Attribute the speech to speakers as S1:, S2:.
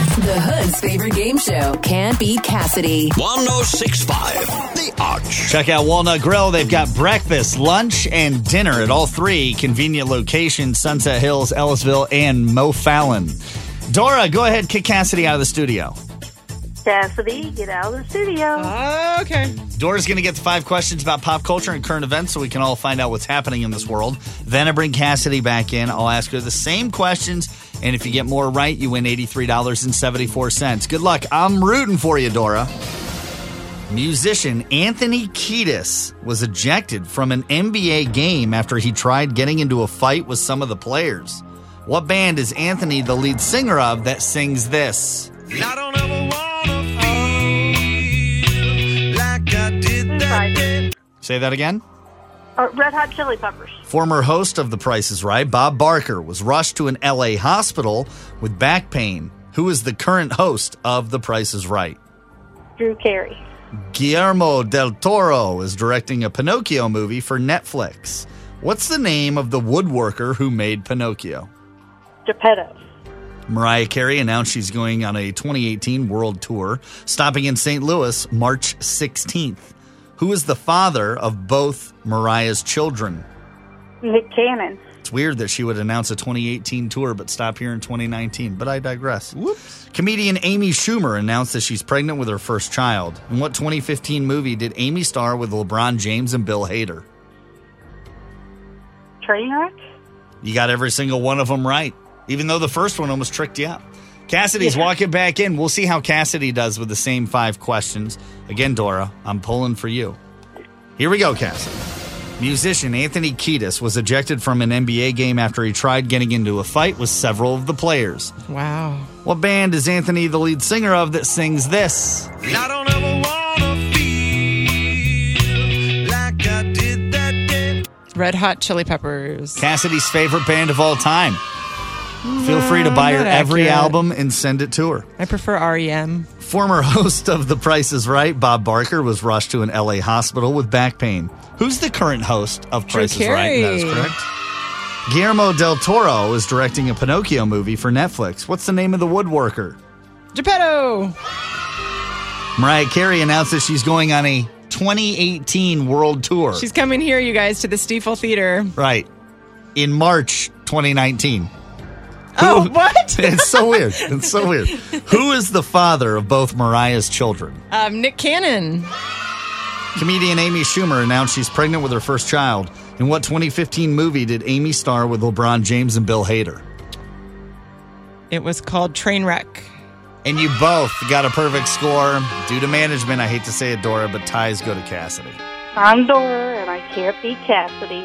S1: The Hood's favorite game show can't beat Cassidy.
S2: 1065 The Arch.
S3: Check out Walnut Grill. They've got breakfast, lunch, and dinner at all three convenient locations Sunset Hills, Ellisville, and Mo Fallon. Dora, go ahead, kick Cassidy out of the studio.
S4: Cassidy, get out of the studio.
S5: Okay.
S3: Dora's going to get the five questions about pop culture and current events so we can all find out what's happening in this world. Then I bring Cassidy back in. I'll ask her the same questions. And if you get more right, you win $83.74. Good luck. I'm rooting for you, Dora. Musician Anthony Kiedis was ejected from an NBA game after he tried getting into a fight with some of the players. What band is Anthony the lead singer of that sings this?
S6: I don't ever wanna feel like I did that day.
S3: Say that again.
S4: Uh, Red Hot Chili Peppers.
S3: Former host of The Price is Right, Bob Barker, was rushed to an LA hospital with back pain. Who is the current host of The Price is Right?
S4: Drew Carey.
S3: Guillermo del Toro is directing a Pinocchio movie for Netflix. What's the name of the woodworker who made Pinocchio?
S4: Geppetto.
S3: Mariah Carey announced she's going on a 2018 world tour, stopping in St. Louis March 16th. Who is the father of both Mariah's children?
S4: Nick Cannon.
S3: It's weird that she would announce a 2018 tour but stop here in 2019, but I digress.
S5: Whoops.
S3: Comedian Amy Schumer announced that she's pregnant with her first child. In what 2015 movie did Amy star with LeBron James and Bill Hader?
S4: Trainwreck.
S3: You got every single one of them right, even though the first one almost tricked you up. Cassidy's
S4: Yeah.
S3: walking back in. We'll see how Cassidy does with the same five questions. Again, Dora, I'm pulling for you. Here we go, Cassidy. Musician Anthony Kiedis was ejected from an NBA game after he tried getting into a fight with several of the players.
S5: Wow.
S3: What band is Anthony the lead singer of that sings this?
S6: I don't ever wanna feel like I did that day.
S5: Red Hot Chili Peppers.
S3: Cassidy's favorite band of all time. Feel free to buy her
S5: not
S3: every
S5: accurate.
S3: album and send it to her.
S5: I prefer E REM.
S3: Former host of The Price is Right, Bob Barker, was rushed to an LA hospital with back pain. Who's the current host of
S5: Drew
S3: Price is Right? That is
S5: Carey.
S3: correct. Guillermo del Toro is directing a Pinocchio movie for Netflix. What's the name of the woodworker?
S5: Geppetto.
S3: Mariah Carey announced that she's going on a 2018 world tour.
S5: She's coming here, you guys, to the Stiefel Theater.
S3: right. In March 2019.
S5: Oh, what?
S3: It's so weird. It's so weird. Who is the father of both Mariah's children?
S5: um, Nick Cannon.
S3: Comedian Amy Schumer announced she's pregnant with her first child. In what 2015 movie did Amy star with LeBron James and Bill Hader?
S5: It was called Trainwreck.
S3: And you both got a perfect score. Due to management, I hate to say it, Dora, but ties go to Cassidy.
S4: I'm Dora, and I can't beat Cassidy.